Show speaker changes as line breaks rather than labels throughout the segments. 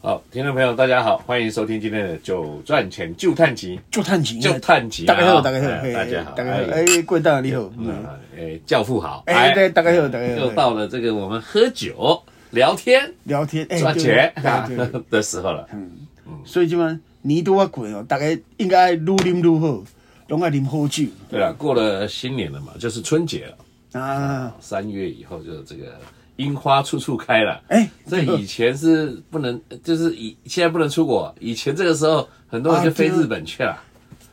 好，听众朋友，大家好，欢迎收听今天的《就赚钱就探奇
就探钱》，
就探奇啊。
大家好，大家好，
哎
嘿
大家好，
大家好，
哎，
哎，贵大你好，嗯，
嗯哎，教父好，
哎，对，大家好，大家
又
好，
到了这个我们喝酒、聊天、
聊天，哎，
赚
对
钱
对对对，嗯
的时候了。
所以即满年多啊贵哦，大家应该愈啉愈好，拢爱啉好酒
对了，过了新年了嘛，就是春节了，
啊，
三月以后就这个樱花处处开了。
哎
这以前是不能，就是以现在不能出国，以前这个时候很多人就飞日本去了，
啊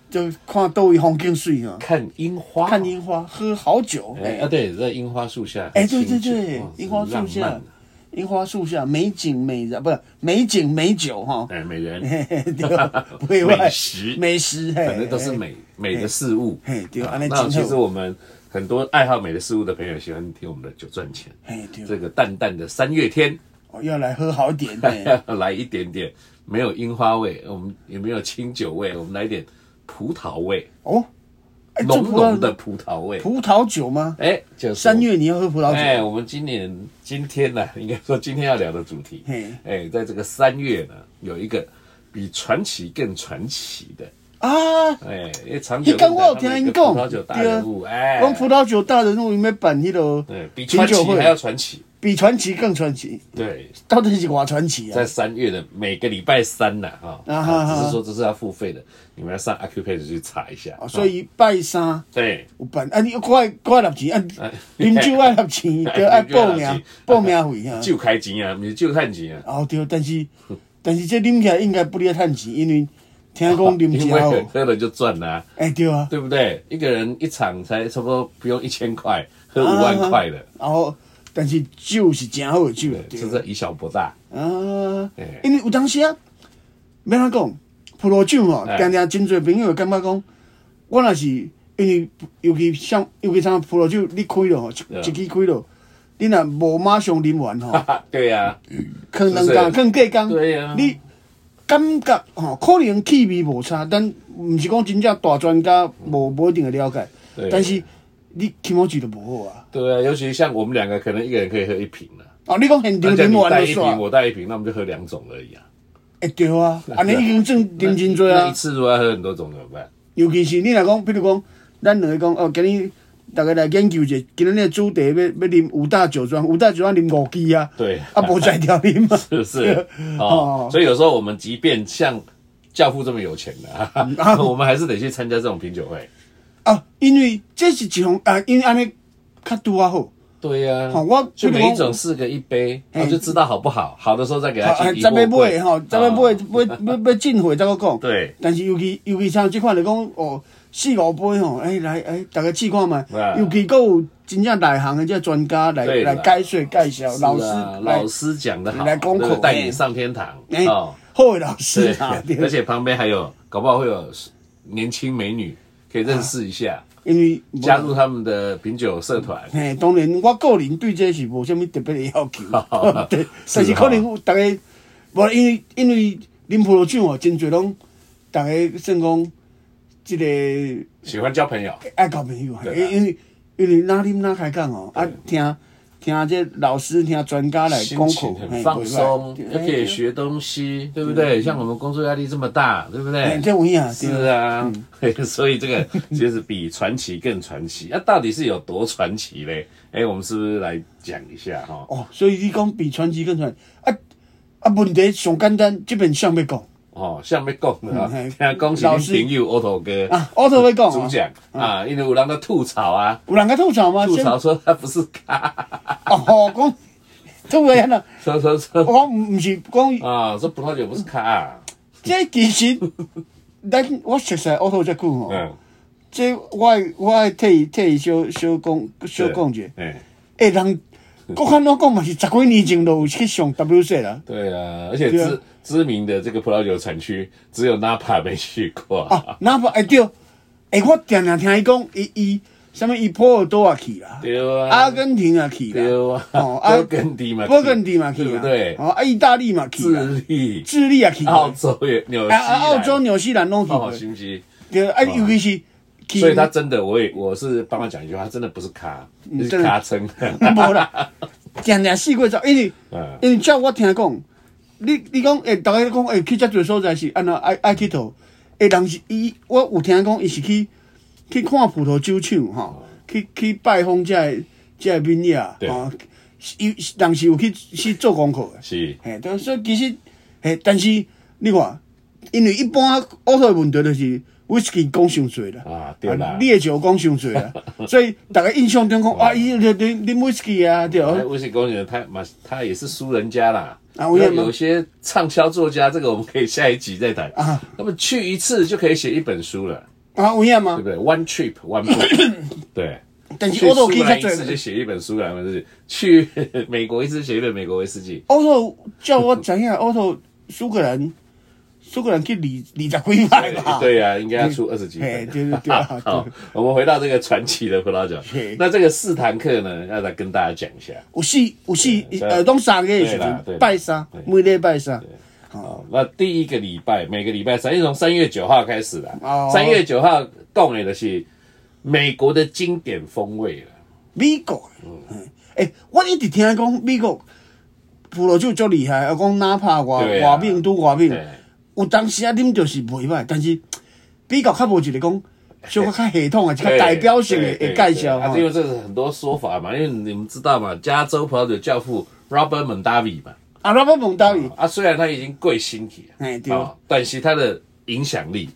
就看倒位风景水哦，
看樱花，
看樱花，喝好酒，
哎啊，
哎，
对，在樱花树下，
哎，对对
清酒
对
哇，
樱花树
浪
下
漫，
樱花树下美景美人，不是美景美酒哈，
哎，美人，
嘿嘿对，不会 外
美食
美食，
反正都是
美。
美美的事物。
嘿对
啊
安尼真
那
好
其实我们很多爱好美的事物的朋友喜欢听我们的酒赚钱，
嘿对
这个淡淡的三月天，
哦，要来喝好 点的，
来一点点，没有樱花味，我们也没有清酒味，我们来点葡萄味，
哦，哎，这
浓
葡萄
浓的葡萄味。
葡萄酒吗？
哎，就是
三月你要喝葡萄酒，
哎，我们今年今天呢、 应该说今天要聊的主题
嘿，
哎，在这个三月呢，有一个比传奇更传奇的，
啊，
哎，因为长久
你刚我有
他们
听
有
你
个
讲，
葡萄酒大人物，哎，
啊光葡萄酒大人物里面办迄个
对比
品
传
酒
奇
会嗯
还要传奇，
比传奇更传奇，
对，
到底是偌传奇啊
在？三月的每个礼拜三呐，哈，
啊哈哈
只是说这是要付费的，你们要上 Acupage 去查一下啊
哦，所以拜三
对。
有办，啊，你快快拿钱，啊
哎，
啉酒爱拿钱，对，爱报
你就要拿
名
去
报名 费啊。
就开钱啊，不是就探钱啊，
哦对，但是但是这啉起来应该不哩趁钱，因为听讲啉
啊因
酒
为
后，
喝了就赚啦、
哎对啊，
对不对？一个人一场才差不多不用一千
啊
块，喝五万块的，
然后哦但是酒是真好的酒，对
是不是以小博大？
啊
嘿，
因为有当时啊，要安怎讲，葡萄酒吼，
哎
常常真侪朋友会感觉讲，我若是因为尤其像尤其像葡萄酒，你开了吼，一
对啊
一支开了，你若无马上啉完吼，
哈对啊呀、
可能
是不是
讲，可能过工，
对啊
你感觉吼，可能气味无差，但毋是讲真正大专家无无一定会了解
对，
但是你起码酒就无好啊。
对啊，尤其像我们两个，可能一个人可以喝一瓶了、
哦，你讲现场
那这样
啉
你带
完
一
就
瓶，
煞，
我带一瓶，那我们就喝两种而已啊。
会对 啊，安尼已经算啉真多
那
啊
一。次如果要喝很多种怎么 办？
尤其是你若讲，比如讲，咱两个讲哦，今日大家来研究者，今日的主题要要啉五大酒庄，五大酒庄啉五支 啊，
对
啊，无才调 啉嘛，
是不 是？哦，所以有时候我们即便像教父这么有钱的、
嗯
啊， 我们还是得去参加这种品酒会。
啊，因为这是一项啊，因为安尼较拄啊好，
对呀、
好我
就每一
譬如
种
我
试个一杯，我、
哎
就知道好不好。好的时候再给他
啊，
去
再要
一
买吼，再要买
啊
要要要进货再搁讲。
对
但是尤其尤其像即款来讲，哦，四五杯吼，哎来哎，大家试看嘛
啊，
尤其佫有真正内行的这专家来
对啦
来解说介绍，
是啊
老师来
老师讲的好，
来功课
对带你
哎
上天堂
哎
哦。，
好的老师
对
啊，， 对
而且旁边还有，搞不好会有年轻美女可以认识一下，
因为
加入他们的品酒社团。，
嘿，当然我个人对这是无啥物特别的要求 对，
哦是
但是可能
哈
有大家，无因为因为啉葡萄酒哦，真侪拢大家算讲即个
喜欢交朋友，
爱交朋友啊，
对啦
因因为因为哪啉哪开讲哦，啊听听这老师听专家来
心
讲
情
课，
很
嘿
放松，
对
又可以
对
学东西，对不对？像我们工作压力这么大，对不
哎
对？
这有影对嗯
是啊， 所以这个其实比传奇更传奇。那到底是有多传奇嘞？哎，我们是不是来讲一下哈？
哦，所以你讲比传奇更传啊啊，问题上简单，即边上要讲
哦，像要讲的啊，
嗯嘿
听 恭喜
老
恁
师
朋友 Otto 哥
啊，我都要讲
主
啊，
讲啊，因为有人在吐槽啊，
有人甲吐槽吗？
吐槽说他不是咖，
哦，讲做咩啦？
说说说
我讲唔是讲，
啊，说葡萄酒不是咖、啊，
这其实咱我熟悉乌头遮久吼，
嗯，
这我的我的替伊替伊小小讲小讲者，
哎、
诶，人国汉老讲嘛是十几年前都有去上 WC 啦，
对啊，而且
对啊
知知名的这个葡萄酒产区只有 Napa 没去过，
啊，哪怕会对，诶，我常常听伊讲，伊伊什么伊波尔多啊去啦，
对啊，
阿根廷啊去啦，
对啊，
哦啊
勃艮第嘛，
勃艮第嘛去
对
啦，
不对？
哦，啊，意大利嘛去啦，
智利、
智利啊去啦，
澳洲也纽西
啊
兰
啊，澳洲、纽西兰拢去
哦，
过，
是不是？
对，啊，尤其是去。
所以他真的，我也我是帮他讲一句话，他真的不是咖，
嗯
是 咖称，
无啦，常常四过走，因为
嗯
因为照我听讲，你你讲，诶、大家讲，诶、去遮侪所在是安怎爱爱去佗？诶、人是伊，我有听讲，伊是去去看葡萄酒厂吼、去去拜访遮个遮个闽雅
哦对
啊吼，伊、人是有去去做功课的。
是
嘿，但所以其实，嘿，但是你看，因为一般啊乌头的问题就是 whisky 讲伤侪啦，
啊，对啦。
烈酒讲伤侪啦， 所以大家印象中讲，啊，伊啉啉啉 whisky 啊，对
哎，
哦，
微信公园他嘛，他也是输人家啦。
啊我也
那有些畅销作家，这个我们可以下一集再谈
啊。
那么去一次就可以写一本书了，
啊，有影
对
嘛
不？对？One trip, one book 。对。
但是
去
乌头
苏
去
格
较
兰一次就
侪，
写一本苏格兰威士忌，去 美国一次写一本美国威士忌。
乌头照我知影，乌头苏格兰，苏格兰去二二十几摆吧，
对呀、应该要出二十几
啊嘿，
本。
对对对啊，
好
对，
我们回到这个传奇的葡萄酒
是。
那这个四堂课呢，要来跟大家讲一下。
有四有
对
四，呃，拢三个的时
对啦对
阵
啦
拜三，每礼拜三，
好，哦那第一个礼拜，每个礼拜三，因为从三月九号开始啦。
哦
三月九号供给的是美国的经典风味了。
美国的，嗯，诶、我一直听讲美国葡萄酒足厉害，啊，讲哪怕外
对啊
外面拄外面
对，
有当时啊啉就是袂歹，但是美国较无一 个讲小可较系统啊，较代表性的
哎对
的介绍
对啊，
吼
因。为这是很多说法嘛，因为你们知道嘛，加州葡萄酒教父 Robert Mondavi 嘛，
啊，咱要问到伊，啊
啊，虽然他已经贵新起了，
哎对
啊但是他的影响力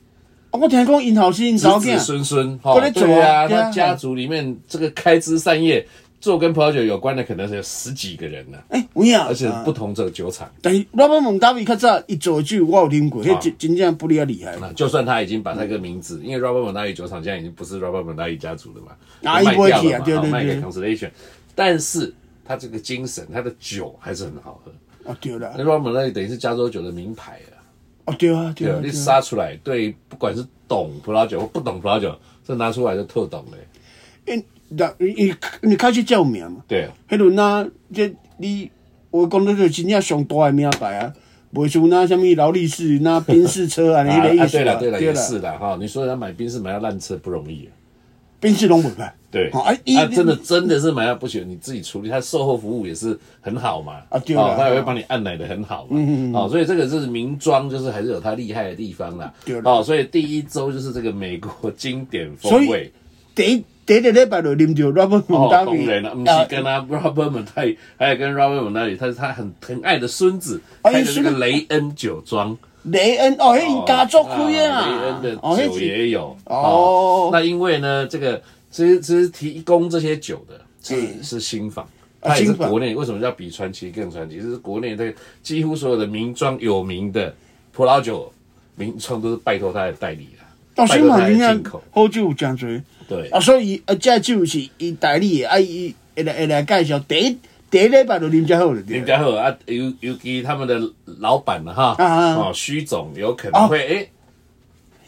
哦我听讲因后生
子
早
子
囝，
孙孙哈
搁在，做
对啊，
啊对啊
他家族里面这个开枝散叶做跟葡萄酒有关的，可能是有十几个人呢，
诶，有影，
而且
啊
不同的酒厂。
但是咱要问到伊较早伊做的酒，我有啉过，迄真真正不哩啊厉害。
那就算他已经把那个名字，因为 Robert Mondavi 酒厂现在已经不是 Robert Mondavi 家族了嘛，
啊
就
一波
卖掉
起
了
啊
嘛，
对
好
对
卖给
对
Constellation，但是他这个精神，他的酒还是很好喝。
哦对啦
那，Robert Mondavi 等于是加州酒的名牌啊，
哦对啊对
对
啊
啊，你
对啊。
杀出来，对，不管是懂葡萄酒或不懂葡萄酒，这拿出来就特懂嘞。
因那伊你开始叫名嘛。
对，
迄阵啊，这你我讲的就真正上大诶名牌啊，袂像那什么劳力士、那宾士车啊，迄
啊
个意
啊，
思
对了对了，
对
也
啦，
是的哈。你说要买宾士买到烂车不容易啊，
宾士拢袂歹。
对，
哦啊，伊
啊，真的真的是买到不行，你自己处理，他售后服务也是很好嘛，
啊对啦
哦，他也会帮你按奶的很好嘛，嗯哦，所以这个就是名庄，就是还是有它厉害的地方啦，
对啦
哦，所以第一周就是这个美国经典
所
风
以
味。
第一第一个礼拜就啉着 Robert
哦，当
Mondavi，
然了，不
啊
是跟他 Robert m o n t a 还有跟 Robert m o n t a 他是他很疼爱的孙子，
哎
开的这个
孙子
雷恩酒庄。
雷恩哦，迄
哦
伊家族开的
雷
啊
恩的，
哦，
酒
迄是
也有
哦
那因为呢，这个其实其实提供这些酒的是
嗯
是新坊，
啊
它也是
新坊
国内为什么叫比传奇更传奇？就是国内这个几乎所有的名庄有名的葡萄酒名庄都是拜托他的代理啦，
到
拜
新
托他
嘛，
的
真
进
正
口。
啊好酒诚侪
对
啊，所以啊，这酒是伊代理的，啊，伊会来会来介绍第一第一礼拜就啉只好了，对
林
了。
家后啊，尤尤其他们的老板了哈，
啊啊
哦，徐总有可能会哎、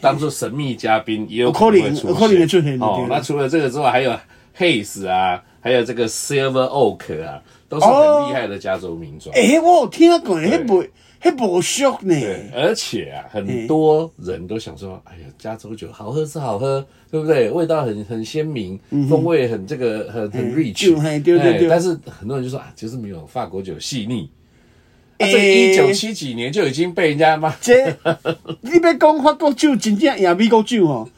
当做神秘嘉宾，也有
可能
能会出
有可能会出
现
现
哦
对。
那除了这个之外，还有 Haze 啊，还有这个 Silver Oak 啊，都是很厉害的加州名庄。
哦诶，我有听过，迄
对
袂迄无俗呢。
对，而且啊，很多人都想说，哎呀，加州酒好喝是好喝，对不对？味道很很鲜明，风味很这个很很 rich，
嗯哎就嘿对对
哎
对
但是很多人就说啊，就是没有法国酒细腻。啊、
哎
这一九七几年就已经被人家骂，
这 你要讲法国酒真正赢美国酒哦，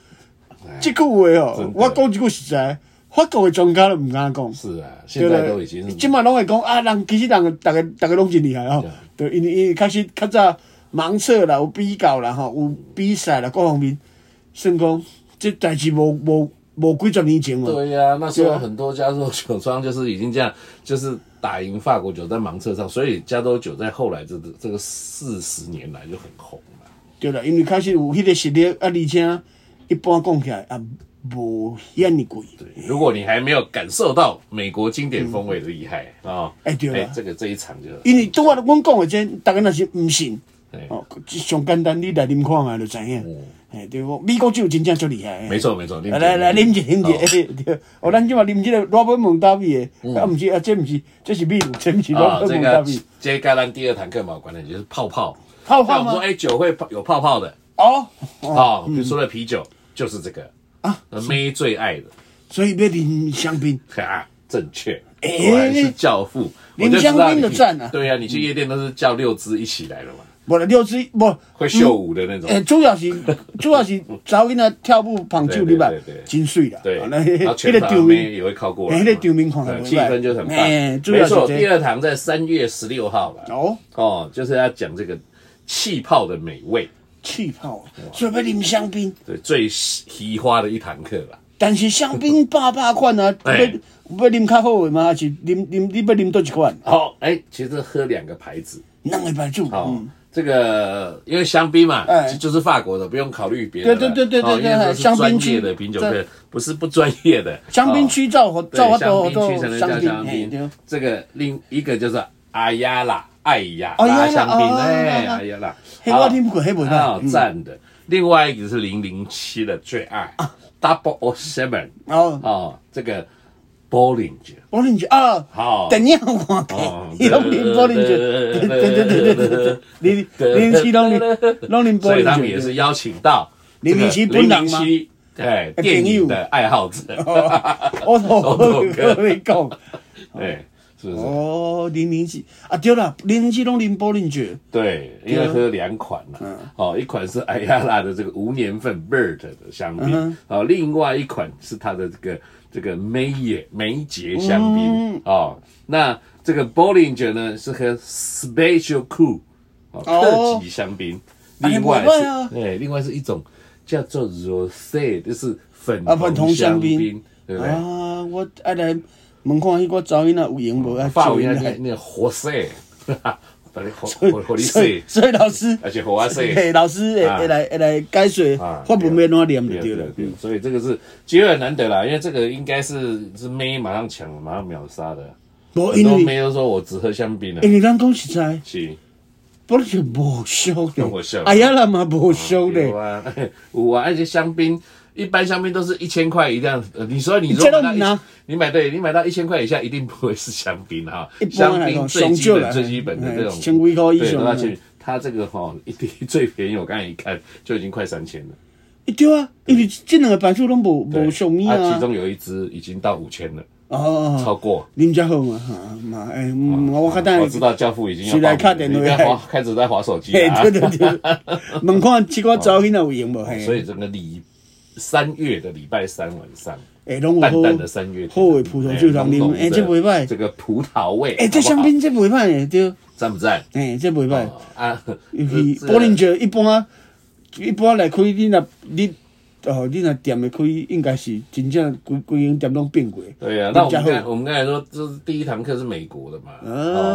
即句话哦
哎真，的
我讲一句实在，法国的专家都毋敢讲。
是啊，现在都已经
即
是
马拢会讲啊，人其实人逐个逐个拢真厉害哦。对，因为因为确实较早盲测啦，有比较啦，吼，有比赛啦，各方面，算讲这代志无无无几十年前哦。
对呀、那时候
对啊
很多加州酒庄就是已经这样，就是打赢法国酒在盲测上，所以加州酒在后来这这个四十年来就很红了。
对啦，因为确实有迄个实力啊，而且一般讲起来啊，无遐尼贵。
如果你还没有感受到美国经典风味的厉害啊，
哎对了
这个这一场就
因为拄仔阮讲的这，大家若是毋信，
对
哦，上简单，你来啉看下就知影。哎，对不？美国酒真正足厉害的。
哦没错没错，
来来来，啉者啉者，哎对。哦，咱即嘛啉即个罗伯蒙达比的，啊，毋是啊，这毋是，这是秘鲁，这毋是罗
嗯啊，
伯
这
蒙达
个
比。
这跟咱第二堂课嘛有关联，就是泡泡。
泡
那
泡吗
我们说哎，酒会泡有泡泡的
哦，哦，
啊，比如说的啤酒就是这个啊，妹最爱的
所以要啉香槟。
哈，正确。果然是教父。我就知
哎林
道
香槟
你
的赞啊
对呀、你去夜店都是叫六支一起来的嘛，
无了六支无，
会秀舞的那种。
诶、主要是主要是查某囡仔跳舞捧酒，
对对
你捌
对对
真水啦。
对，
啊那
然后
迄
全
个
场
场
妹
面，
也会靠过来嘛，
哎那个场面看起来
对
不
气
赖
氛就很棒。
哎主要
没
是
错，
这
第二堂在三月十六号了。
哦，
哦，就是要讲这个气泡的美味，
气泡，所以要啉香槟。
对，最喜花的一堂课吧。
但是香槟百百款啊，要
哎
要啉较好的吗？还是啉啉你要啉倒一款？
好，哎，其实喝两个牌子，
两个牌子，
哦，
嗯，
这个因为香槟嘛，
哎
就是法国的，不用考虑别的了。
对对对对对
哦因为都是
香槟
专
区
业的品酒
对
课，不是不专业的。
香槟区照
哦
好照
对，
好
香
多好
槟区才
多
能叫香
槟，嘿对
槟。这个另一个就是阿亚拉，艾亚
哦呀
拉
啦
香
哦
槟，
呀
哎，
啦
阿亚拉。
嘿
好
我听过嘿不错
好
嗯
赞的。另外一个是零零七的最爱，Double O Seven。
哦
哦，这个 Bollinger，
，orange 啊，
好，
电影有看
哦
过，伊拢啉 orange，对对对对对对，零零七拢啉拢啉
所以他们
orange，
也是邀请到
零零七本人吗
零零七哎，电影的爱好者，
我哦我我你讲，
对，是不是？
哦，零零七啊，对啦，零零七拢啉 orange，
对，
啊
因为喝两款嘛，
嗯
哦，一款是艾亚拉的这个无年份 Bird 的香
嗯
槟，哦，另外一款是它的这个这个梅野梅杰香
嗯
槟，哦，那这个 Bollinger 呢是喝 Special Cool 哦
哦
特级香槟，
啊
另外
那不赖啊
是对，另外是一种叫做 Rosé，就是粉
啊粉
红
红香
香
槟
槟，对不对？
啊，我爱来问看迄个查某囡仔有闲无啊，
法
招
文
因
那
来
个那个活 塞，哈哈，把你活活活你
所
塞
以，所以老师，
而且活啊塞。
嘿，老师会
啊
会来会来解说
啊
法文要怎么念
对
就
啊
对
对啊
了。
对啊所以这个是机会很难得啦，因为这个应该是是妹马上抢，马上秒杀的。
无
很
因
多
为
妹都说我只喝香槟了
因，为咱讲实在，
是
不是无俗
无俗
的，哎呀，那嘛无俗
有
的，
啊，有啊，而且香槟一般香槟都是一千块一辆，呃你说你如果
这都
买到
不
一
拿
你买对，你买到一千块以下一定不会是香槟哈
一，般
香
来
槟
讲
最基
上少
本
啦
最基本的这种
哎千几块以上
对都要
哎
去。它这个哈、一滴最便宜，我刚才一看就已经快三千了。
对啊，因为这两个版数拢无
对
无俗物
啊，其
啊。
中有一支已经到五千了，
哦，
超过。
啉较好嘛，哈嘛，哎，嗯我较
哦我
等
知
下。
道教父已经要
谁来
报
看
名
电哎
了你在
话
滑开始在划手机
嘿
了、，啊
对对对， 问看这个查某囡仔有闲无？嘿，
哦所以整个礼三月的礼拜三晚上，
哎，拢有
淡
好
淡的三月天，
好的葡萄酒让啉，哎，这袂
这
歹，
个葡萄味，
哎，这
好不好
香槟这袂歹诶，对，
赞不赞？
哎，这袂歹。
哦啊，
因为
这
保龄球一般啊，一般来开，你若你哦，你若店的开，应该是真正规规间店拢变过。
对呀、
你
那我们
才
刚
好
我们刚才说，这是第一堂课是美国的嘛，
啊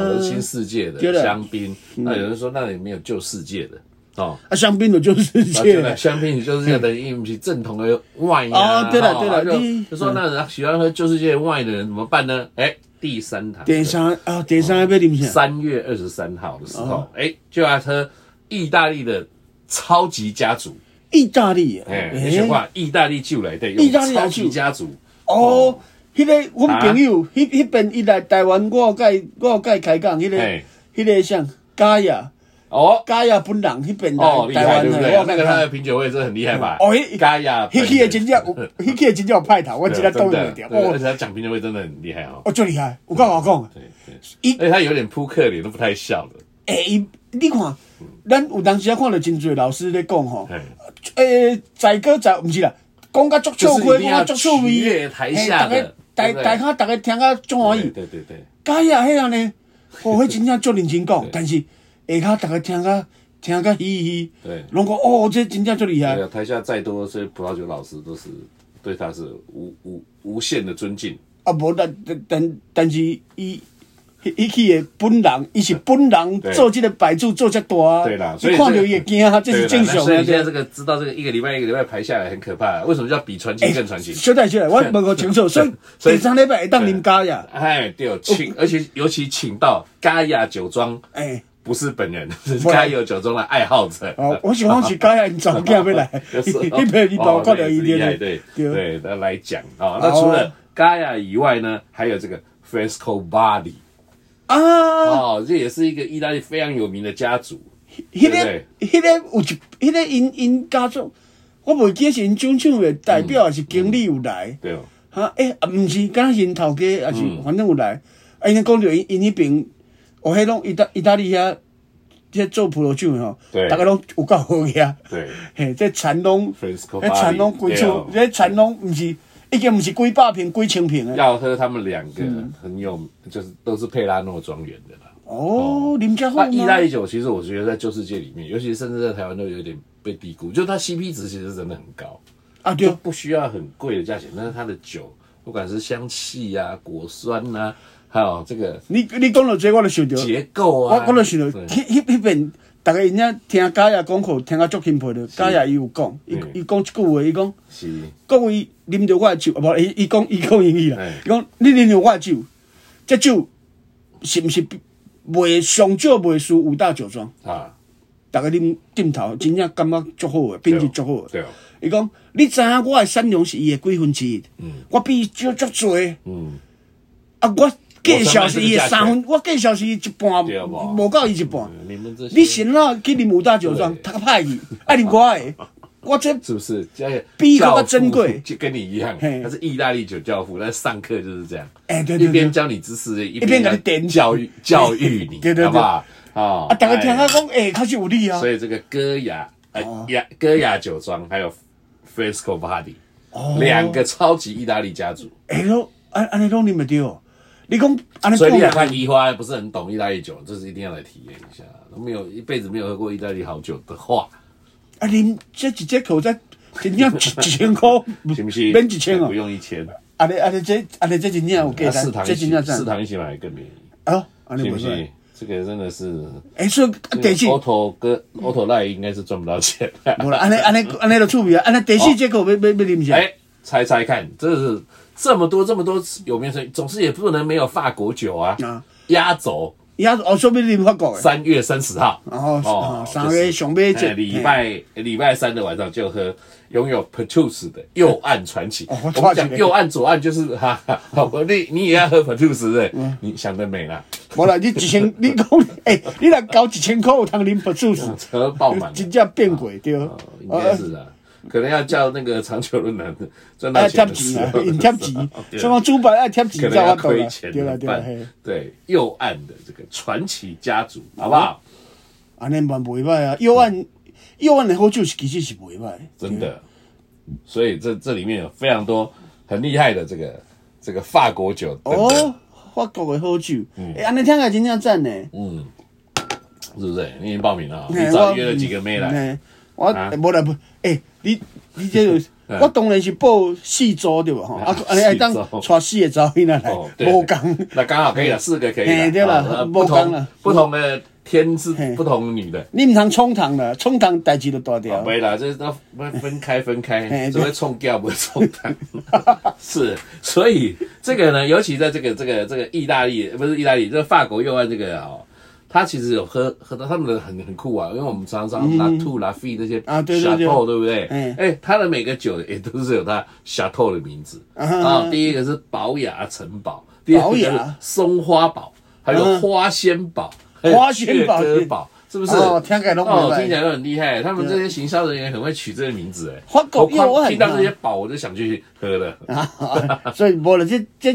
哦，都是新世界
对
的
了
香槟。那有人说，那里没有旧世界的哦。
啊，香槟就就是
啊
这
对了，
个，
香槟就是要等于不是正统的 wine 啊。
哦对了
哦
对了
就
你
就说那人喜欢喝旧世界 wine 的人怎么办呢？哎，第三 堂课，
第三啊，第三要啉啥？
三月二十三号的时
哦
候，哎，就要喝意大利的超级家族。
意大利啊，
哎，
哎
那句话，意大利就来的，
意大利
用超
酒
级家族。
哦，迄个我
啊
们朋友，迄迄边伊来台湾，我甲伊我甲伊开讲，迄个
哎
迄个像加亚
哦
加亚本人迄边
哦，
来
厉
台
害
湾
对不
的，
对？
我
那
甲
个他的
伊
品酒会真的很厉害吧？
哦 迄
嘎呀，
迄迄个真正有，迄个真正有派头，我
对
真
真
正
的
挡袂
对
掉，
而
哦
且他讲品酒会真的很厉害哦。
哦，最厉害，有够我讲。
对对，哎
伊
而且他有点扑克脸，都不太笑的。
诶、伊你看，咱有当时啊看到真侪老师咧讲吼，
哎
诶、载歌载毋是啦，讲甲足笑
就是
亏，
一定要
讲甲足趣
取
味
悦，台下的
大
对不
家
对
大大家大家听甲足欢喜，
对对对，
假呀迄样呢，哦，迄真正足认真讲，但是下骹大家听甲听甲嘻嘻，
对
拢讲哦，这真正足厉害
对，啊，台下再多这些葡萄酒老师都是对他是无无无限的尊敬。
啊无但但但但是伊。伊伊去的本人，伊是本人
对
做即个摆主做遮大，
对啦，所以
啊你看
这
着伊会惊，这啊是
对
正
啦那
常
所以
的。
现
对
在这个知道这个一个礼拜一个礼拜排下来很可怕，为什么叫比传
哎
奇更传奇？
小弟小弟，我问个清楚，所以
所以
第三礼拜会当啉家呀？
哎，对，请，而且尤其请到嘎雅酒庄，
哎，
不是本人，是
不然
嘎雅酒庄的爱好者。
哦，我想讲是家呀，因查某囝要来，
就是 哦
迄边伊包括着伊
哦那也是厉害
咧，
对
对，哦
对，那来讲啊，那除了嘎雅以外呢，还有这个 Fresco Body
啊，
哦，这也是一个意大利非常有名的家族。对
迄个迄个有一，迄个因因家族，我袂记得是因种厂的代表还是经理有来，
对哦，
哈，诶，啊，毋是，敢若是因头家，也是反正有来。啊，因讲着因因迄边，哦，迄拢意大意大利遐，遐做葡萄酒的吼，
对
大家拢有够好个啊。
对
嘿，这田拢，
Fresco
这田拢
Bali，
规厝，
对
这田拢毋是，已经毋是几百平、几千平的。
要喝他们两个很有，就是都是佩拉诺庄园的啦。
哦，林家
那
后
啊意大
吗？
利酒其实我觉得在旧世界里面，尤其是甚至在台湾都有点被低估，就它 CP 值其实真的很高，
啊，
就
对，
不需要很贵的价钱，但是它的酒不管是香气啊、果酸呐、啊，还有这个
你你讲到这，我就想到。
结构
我
啊，
我就想到，
对
迄迄迄边，逐个因遐听嘉也讲课，听啊足钦佩的。嘉也伊有讲，伊
嗯
伊讲一句话，伊讲
是
各位啉着我的酒，啊无伊伊讲伊讲英语啦
哎，
伊讲你啉着我的酒，这酒是毋是比袂上少袂输五大酒庄？
啊，
逐个啉点头，真正感觉足好诶，品质足好
对
诶
哦。
伊讲，你知影我诶产量是伊诶几分之一，我比伊少足侪。
嗯，
啊，我介绍是伊的三分，我介绍是伊一半，
对啊无嗯
无到伊一半。
你们这些
你先啦，去啉武大酒庄，
对
他派去，爱啉我的，我这啊
是不是？这个
逼格
教父
珍贵
就跟你一样，
嘿
他是意大利酒教父，但是上课就是这样，
哎对对
一边
对
教你知识，一
边给你
要
点
教育教育你，
对对对
好不好？啊
啊，哦大家听
啊
他，讲，哎，确实有理啊
所。以这个戈雅呃雅戈雅酒庄还有 Fresco Party
哦
两个超级意大利家族，
哎咯，安安尼拢啉袂着，你讲啊安尼
所以你想
讲，
看移花不是很懂意大利酒，这是一定要来体验一下。都没有一辈子没有喝过意大利好酒的话，
啊啉这一节口才真正一一千 箍，
行不行？
免一千哦
不。用一千，
安尼安尼这安尼这真正有
那
价值
啊四，堂
这
一起
真正
四
赞。
堂一起买更便宜。
啊，安尼
信不
袂
信
错。？
这个真的是，
哎，所以啊第四，
欧头跟欧头赖应该是赚不到钱。
无啦，安尼安尼安尼就趣味啊。安尼第四节口要要要啉啥？
哦哎，猜猜看，这是这么多这么多有名声，总是也不能没有法国酒啊
啊。
压轴
伊啊，哦，说要啉法国的，
三月三十号，
然后
哦
啊三月上尾一
就是哎礼拜礼拜三的晚上就喝拥有 Petrus 的右岸传奇。
哦
我
我
们讲右岸左岸就是哈哈，我你你也要喝 Petrus 对不
嗯
对？你想得美啦，
无啦，你一 千，你讲，诶、你若交一千块有通啉白醋是，
车爆满了。
真正变贵对。
哦，应
呃
该是啊，可能要叫那个长久的男的赚到
爱贴
钱的时
钱
候，
呃啊，，因贴钱
对
什么主办爱贴钱
可能
才
要
有法度
亏
啦，
钱
对啦
的
对啦，嘿
办，对右岸的这个传奇家族，好不好？
安尼嘛袂歹啊，右岸右岸的好酒是其实是袂歹，
真的，所以这这里面有非常多很厉害的这个这个法国酒等等，
哦，法国的好酒，
嗯
诶，安尼听起来真正赞呢，
是不是？你已经报名 了啊，
嘿
你早约了几个妹来？，
我
啊
嘿我无啦不，诶，你你 这就
嗯
我当然是报四组对吧？吼，啊，安尼会当
四组
带四个查某囡仔来，
哦，对
无共。
那刚好可以了，四个可以
嘿
了，
对了
啊
无
不
讲
同
了
不同的天是
嘿
不同女的，
你毋通冲堂啦，冲堂代志就大条。
没啦，这都分分开分开，
嘿
只会冲掉不会冲蛋。 是，所以这个呢，尤其在这个这个这个意大利不是意大利，这个法国右岸这个哦，它其实有喝喝到他们的很很酷啊，因为我们常常拿兔拿费那些
嗯啊对对对
Chateau，对不对？
嗯
哎，它的每个酒也都是有它 Chateau 的名字
啊哈
啊，第一个是宝雅城堡，第二个
宝
是
雅
松花堡，还有
嗯
花仙堡，还有
花仙堡
雀哥堡。是不是？
哦听起来都
哦
不赖
听起来都很厉害。他们这些行销人员很会取这些名字哎。
花狗
我光
因为我很
听到这些宝，我就想去喝了。
啊， 所以无啦，这这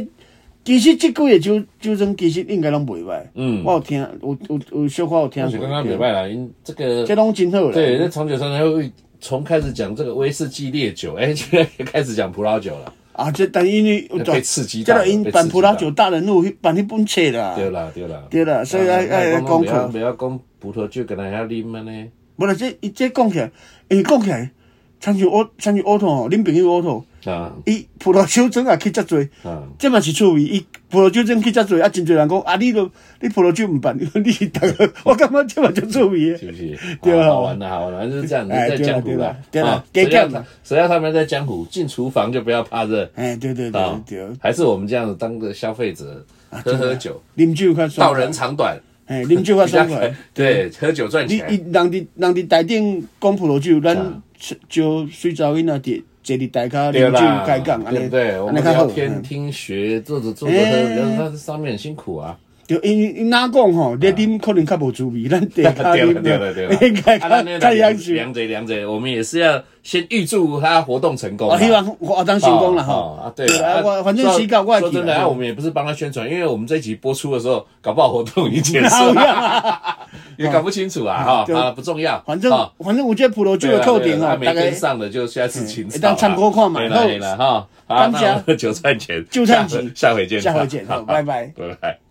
其实即几个酒酒庄其实应该拢袂歹。
嗯
我有听，有有有小可有听
而
过。
且刚刚明
对
白了，因为这个
这拢真好啦。
对，那长久山会从开始讲这个威士忌烈酒，哎，现在也开始讲葡萄酒了。
啊，这但因为
被刺激
这
到了
个因
被刺激
办葡萄
到
酒大人物去办迄本册啦。
对啦，对啦，
对啦所以要
啊那
要要讲
不要
出
不要讲葡萄酒，跟人家啉的呢。
无啦，这伊这讲起来，伊讲起来，参像我参像我头吼，恁朋友我头，
啊
伊葡萄酒庄也去遮多。
啊，
这嘛是趣味，伊葡萄酒真去遮侪，啊，真侪人讲啊，你都你葡萄酒毋办，你 逐个，我感觉这嘛足趣味
是
诶。
不是？
对啊
好好玩的，好玩的，就是这样，
哎
在江湖
对
啦
啦，对啦
啊
对啦
谁要
给干嘛
谁要他们在江湖进厨房就不要怕热。
哎，对对对
啊
对，，
还是我们这样子当个消费者，
啊
喝喝酒，
啉酒较爽。
道人，长短，
哎，啉酒 较
比较
爽
快
快。，
对，喝酒赚
你伊
钱，
人伫人伫台顶讲葡萄酒，咱
啊
招水查某囡仔伫坐伫台下
对
啉
啦
酒开讲，安
对
尼
不对？我
安尼
们
较
聊
好。
天、
嗯
听学、做着做着喝，
哎
然后他上面很辛苦啊，
对，因因哪讲吼，你啉可能较无滋味，咱地下
啊 对
啉
了对了对了，
应该
啊那那
较较
两
养
者
血。
两者两者，我们也是要先预祝他活动成功啦。
我哦希望活动成功了
哦
哈
哦啊，对了，
啊
啊
我反正
说
洗稿我也
说
去
真的，
了
啊，我们也不是帮他宣传，因为我们这一集播出的时候，搞不好活动已经 结
哪
束
有
了，也搞不清楚啊，
对
哈啊，不重要，
反正
啊
反正我觉得普罗酒
对
的
啦
扣
对
点
啦
哦
啊，
大
没
概
跟上的就下次请
嗯当参考看嘛
对
然
了
后
对了哈，好，
感谢
那我们韭菜钱，
韭菜钱
下下回见，
下回见
好
好拜拜
拜拜。